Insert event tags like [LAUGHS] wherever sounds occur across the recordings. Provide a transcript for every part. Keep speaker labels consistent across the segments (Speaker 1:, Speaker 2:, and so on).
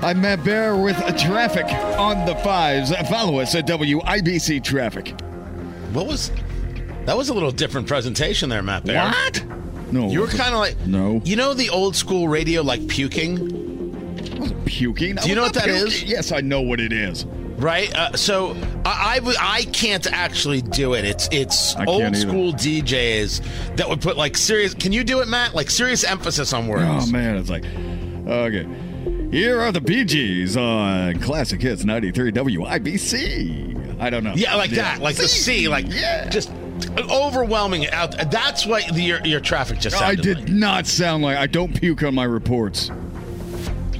Speaker 1: I'm Matt Bear with Traffic on the Fives. Follow us at WIBC Traffic.
Speaker 2: What was that? Was a little different presentation there, Matt. Bear.
Speaker 1: What? No.
Speaker 2: You were kind of like
Speaker 1: No.
Speaker 2: You know the old school radio, like puking,
Speaker 1: I wasn't puking.
Speaker 2: Do you know what that
Speaker 1: that is?
Speaker 2: is?
Speaker 1: Yes, I know what it is.
Speaker 2: right? Uh, so I, I w- I can't actually do it. It's it's
Speaker 1: I can't
Speaker 2: old
Speaker 1: either.
Speaker 2: school DJs that would put like serious. Can you do it, Matt? Like serious emphasis on
Speaker 1: Oh,
Speaker 2: words.
Speaker 1: man. It's like, okay. Here are the Bee Gees on Classic Hits 93 WIBC. I don't know.
Speaker 2: Yeah, like that, like the C, like
Speaker 1: Yeah.
Speaker 2: just overwhelming. Out. That's what the, your your traffic just.
Speaker 1: Oh, I
Speaker 2: sounded
Speaker 1: did
Speaker 2: like.
Speaker 1: not sound like I don't puke on my reports.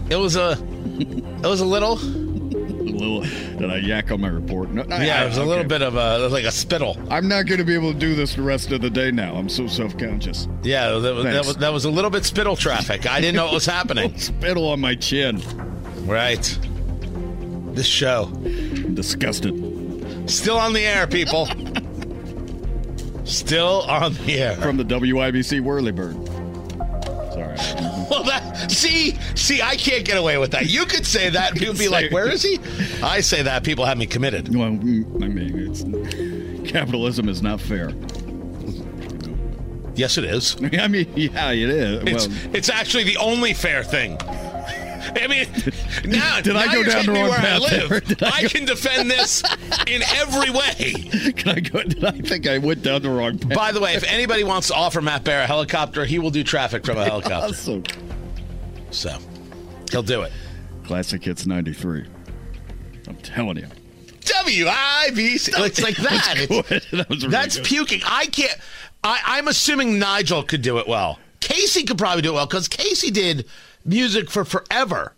Speaker 2: It was a. It was a little.
Speaker 1: A little, did I yak on my report? No, I-
Speaker 2: Yeah,
Speaker 1: I-
Speaker 2: it was a little
Speaker 1: okay.
Speaker 2: bit of a like a spittle.
Speaker 1: I'm not going to be able to do this the rest of the day now. I'm so self conscious.
Speaker 2: Yeah, that was, that
Speaker 1: Thanks.
Speaker 2: was that was a little bit spittle traffic. I didn't know what
Speaker 1: [LAUGHS]
Speaker 2: was happening.
Speaker 1: Spittle on my chin.
Speaker 2: Right. This show
Speaker 1: I'm disgusted.
Speaker 2: still on the air, people. still on the air. [LAUGHS]
Speaker 1: From the WIBC Whirlybird. Sorry.
Speaker 2: Well, that see, see, I can't get away with that. You could say that, and people be like, "Where is he?" I say that, people have me committed.
Speaker 1: Well, mm, I mean, it's capitalism is not fair. [LAUGHS]
Speaker 2: Yes, it is.
Speaker 1: I mean, yeah, it is.
Speaker 2: It's
Speaker 1: well,
Speaker 2: it's actually the only fair thing. I
Speaker 1: [LAUGHS]
Speaker 2: mean, now,
Speaker 1: Did I
Speaker 2: now
Speaker 1: go
Speaker 2: you're
Speaker 1: down
Speaker 2: taking
Speaker 1: the
Speaker 2: me
Speaker 1: wrong
Speaker 2: where I
Speaker 1: path there?
Speaker 2: live.
Speaker 1: [LAUGHS] Did I
Speaker 2: I
Speaker 1: go-
Speaker 2: can defend this in every way.
Speaker 1: can I go? Did I think I went down the wrong path?
Speaker 2: By the way, if anybody wants to offer Matt Bear a helicopter, he will do traffic from
Speaker 1: [LAUGHS]
Speaker 2: a helicopter.
Speaker 1: Awesome.
Speaker 2: So he'll do it.
Speaker 1: Classic hits 93. I'm telling you. [LAUGHS]
Speaker 2: WIBC. It's like that. It's-
Speaker 1: that was really
Speaker 2: that's
Speaker 1: good.
Speaker 2: puking. I can't. I, I'm assuming Nigel could do it well. Casey could probably do it well because Casey did music for forever.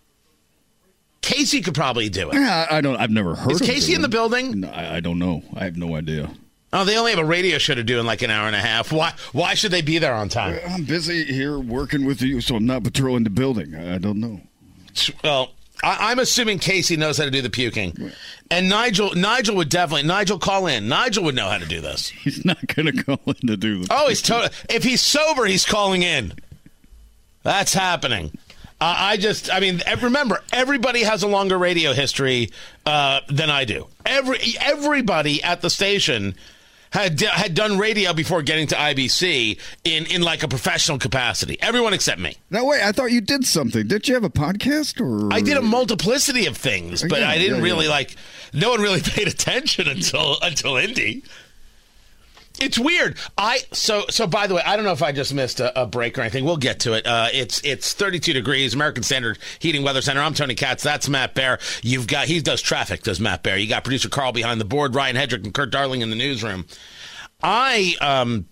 Speaker 2: Casey could probably do it.
Speaker 1: Yeah, I I don't. I've never heard.
Speaker 2: Is
Speaker 1: of
Speaker 2: Casey in
Speaker 1: doing-
Speaker 2: the building?
Speaker 1: No, I, I don't know. I have no idea.
Speaker 2: Oh, they only have a radio show to do in like an hour and a half. Why? Why should they be there on time?
Speaker 1: I'm busy here working with you, so I'm not patrolling the building. I, I don't know. [LAUGHS]
Speaker 2: Well, I, I'm assuming Casey knows how to do the puking, and Nigel Nigel would definitely Nigel call in. Nigel would know how to do this.
Speaker 1: He's not going to call [LAUGHS] in to do this.
Speaker 2: Oh, he's to- if he's sober, he's calling in. That's happening. Uh, I just, I mean, ev- remember, everybody has a longer radio history uh, than I do. Every everybody at the station had d- had done radio before getting to IBC in in like a professional capacity. Everyone except me.
Speaker 1: No, wait. I thought you did something. Did you have a podcast or?
Speaker 2: I did a multiplicity of things, but
Speaker 1: Yeah,
Speaker 2: I didn't
Speaker 1: yeah,
Speaker 2: really
Speaker 1: yeah.
Speaker 2: like. No one really [LAUGHS] paid attention until until Indy. It's weird. I so so. By the way, I don't know if I just missed a, a break or anything. We'll get to it. Uh, it's it's 32 degrees, American Standard Heating Weather Center. I'm Tony Katz. That's Matt Bear. You've got he does traffic. Does Matt Bear? You got producer Carl behind the board, Ryan Hedrick and Kurt Darling in the newsroom. I um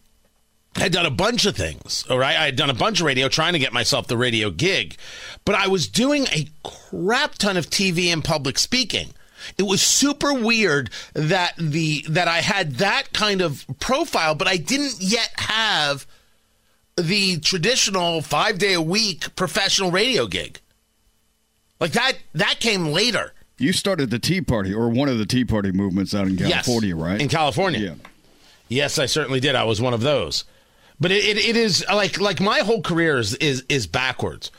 Speaker 2: had done a bunch of things, all right? I had done a bunch of radio trying to get myself the radio gig, but I was doing a crap ton of TV and public speaking. It was super weird that the that I had that kind of profile, but I didn't yet have the traditional 5-day a week professional radio gig. Like that that came later.
Speaker 1: You started the Tea Party or one of the Tea Party movements out in
Speaker 2: Yes.
Speaker 1: California, right?
Speaker 2: In California.
Speaker 1: Yeah.
Speaker 2: Yes, I certainly did. I was one of those. But it, it, it is like like my whole career is, is is backwards.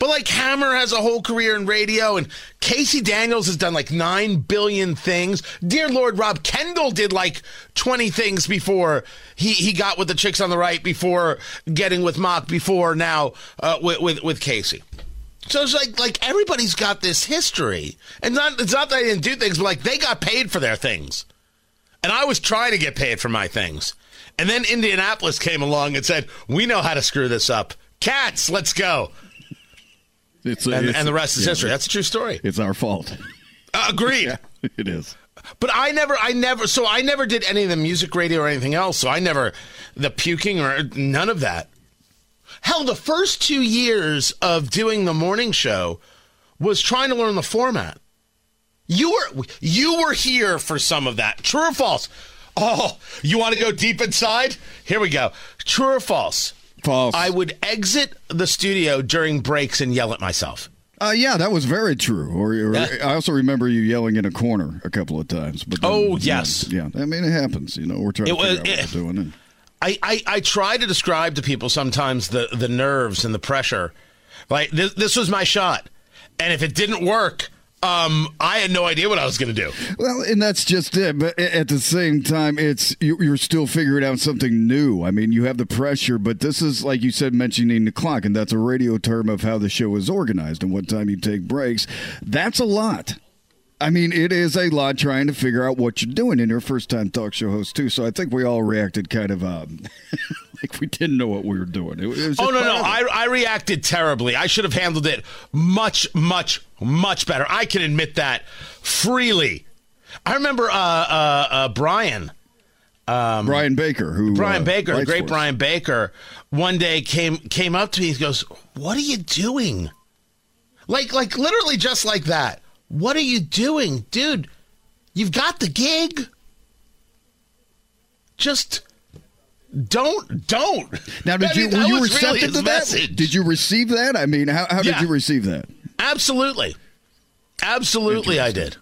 Speaker 2: But like Hammer has a whole career in radio, and Casey Daniels has done like nine billion things. Dear Lord, Rob Kendall did like twenty things before he, he got with the chicks on the right, before getting with Mock, before now uh, with, with with Casey. So it's like like everybody's got this history, and not it's not that I didn't do things, but like they got paid for their things and I was trying to get paid for my things. And then Indianapolis came along and said, "We know how to screw this up. Cats, let's go."
Speaker 1: It's,
Speaker 2: And,
Speaker 1: it's-
Speaker 2: and the rest is
Speaker 1: yeah,
Speaker 2: history. That's a true story.
Speaker 1: It's our fault. [LAUGHS]
Speaker 2: Uh, agreed.
Speaker 1: it is.
Speaker 2: But I never, I never, so I never did any of the music radio or anything else. So I never, the puking or none of that. Hell, the first two years of doing the morning show was trying to learn the format. You were you were here for some of that. True or false? Oh, you want to go deep inside? Here we go. True or false?
Speaker 1: False.
Speaker 2: I would exit the studio during breaks and yell at myself.
Speaker 1: Uh, yeah, that was very true. Or, or-
Speaker 2: Yeah.
Speaker 1: I also remember you yelling in a corner a couple of times. But then-
Speaker 2: Oh, yes.
Speaker 1: yeah. I mean it happens. You know, we're trying to
Speaker 2: It
Speaker 1: figure
Speaker 2: was- eh.
Speaker 1: out what
Speaker 2: it-
Speaker 1: we're doing. And,
Speaker 2: I, I, I try to describe to people sometimes the, the nerves and the pressure. Like this, this was my shot, and if it didn't work, um, I had no idea what I was going to do.
Speaker 1: well, and that's just it. But a- at the same time, it's you, you're still figuring out something new. I mean, you have the pressure, but this is like you said, mentioning the clock, and that's a radio term of how the show is organized and what time you take breaks. That's a lot. I mean, it is a lot trying to figure out what you're doing, and you're a first time talk show host too. So I think we all reacted kind of um, [LAUGHS] like we didn't know what we were doing. It, was- it was
Speaker 2: Oh
Speaker 1: just
Speaker 2: no no!
Speaker 1: part of it.
Speaker 2: I, I reacted terribly. I should have handled it much much much better. I can admit that freely. I remember uh, uh, uh, Brian
Speaker 1: Brian Baker, who
Speaker 2: Brian
Speaker 1: uh,
Speaker 2: Baker, the
Speaker 1: writes
Speaker 2: great
Speaker 1: for us.
Speaker 2: Brian Baker, one day came came up to me. He goes, "What are you doing?" Like like literally just like that. What are you doing, dude? You've got the gig. Just don't don't.
Speaker 1: Now, did
Speaker 2: I
Speaker 1: you
Speaker 2: mean,
Speaker 1: were
Speaker 2: that
Speaker 1: you
Speaker 2: was
Speaker 1: receptive
Speaker 2: really his
Speaker 1: to that?
Speaker 2: message.
Speaker 1: Did you receive that? I mean, how, how
Speaker 2: Yeah.
Speaker 1: did you receive that?
Speaker 2: Absolutely. Absolutely, I did.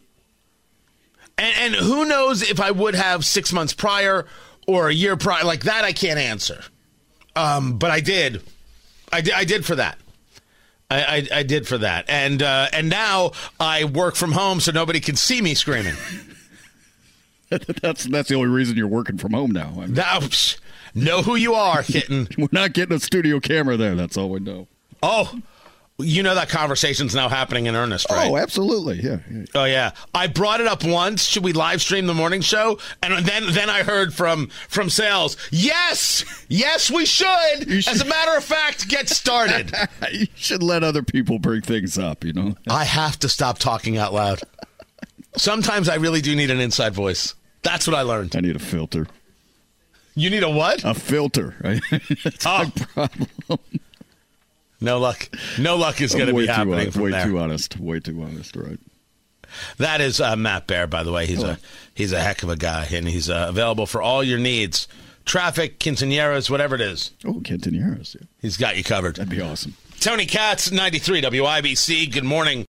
Speaker 2: And, and who knows if I would have six months prior or a year prior. Like that, I can't answer. Um, but I did. I did, I did for that. I, I, I did for that. And, uh, and now I work from home so nobody can see me screaming.
Speaker 1: [LAUGHS]
Speaker 2: [LAUGHS]
Speaker 1: That's that's the only reason you're working from home now. I mean, [LAUGHS]
Speaker 2: Now, psh, know who you are, kitten.
Speaker 1: we're not getting a studio camera there. That's all we know.
Speaker 2: Oh, you know that conversation's now happening in earnest, right?
Speaker 1: Oh, absolutely. Yeah. yeah.
Speaker 2: Oh yeah, I brought it up once. Should we live stream the morning show? And then then I heard from from sales. Yes, yes, we should.
Speaker 1: You should.
Speaker 2: As a matter of fact,
Speaker 1: [LAUGHS]
Speaker 2: get started.
Speaker 1: [LAUGHS] You should let other people bring things up. You know.
Speaker 2: I have to stop talking out loud. Sometimes I really do need an inside voice. That's what I learned.
Speaker 1: I need a filter.
Speaker 2: You need a what?
Speaker 1: A filter. [LAUGHS] that's
Speaker 2: Oh.
Speaker 1: my problem.
Speaker 2: No luck. No luck is going to
Speaker 1: I'm way
Speaker 2: be
Speaker 1: too
Speaker 2: happening
Speaker 1: honest,
Speaker 2: from
Speaker 1: way
Speaker 2: there.
Speaker 1: too honest. Way too honest. Right.
Speaker 2: That is uh, Matt Bear, by the way. He's a he's a heck of a guy, and he's uh, available for all your needs: traffic, quinceañeras, whatever it is.
Speaker 1: Oh, Kenton Harris. Yeah.
Speaker 2: He's got you covered.
Speaker 1: That'd be awesome.
Speaker 2: Tony Katz, 93 WIBC. Good morning.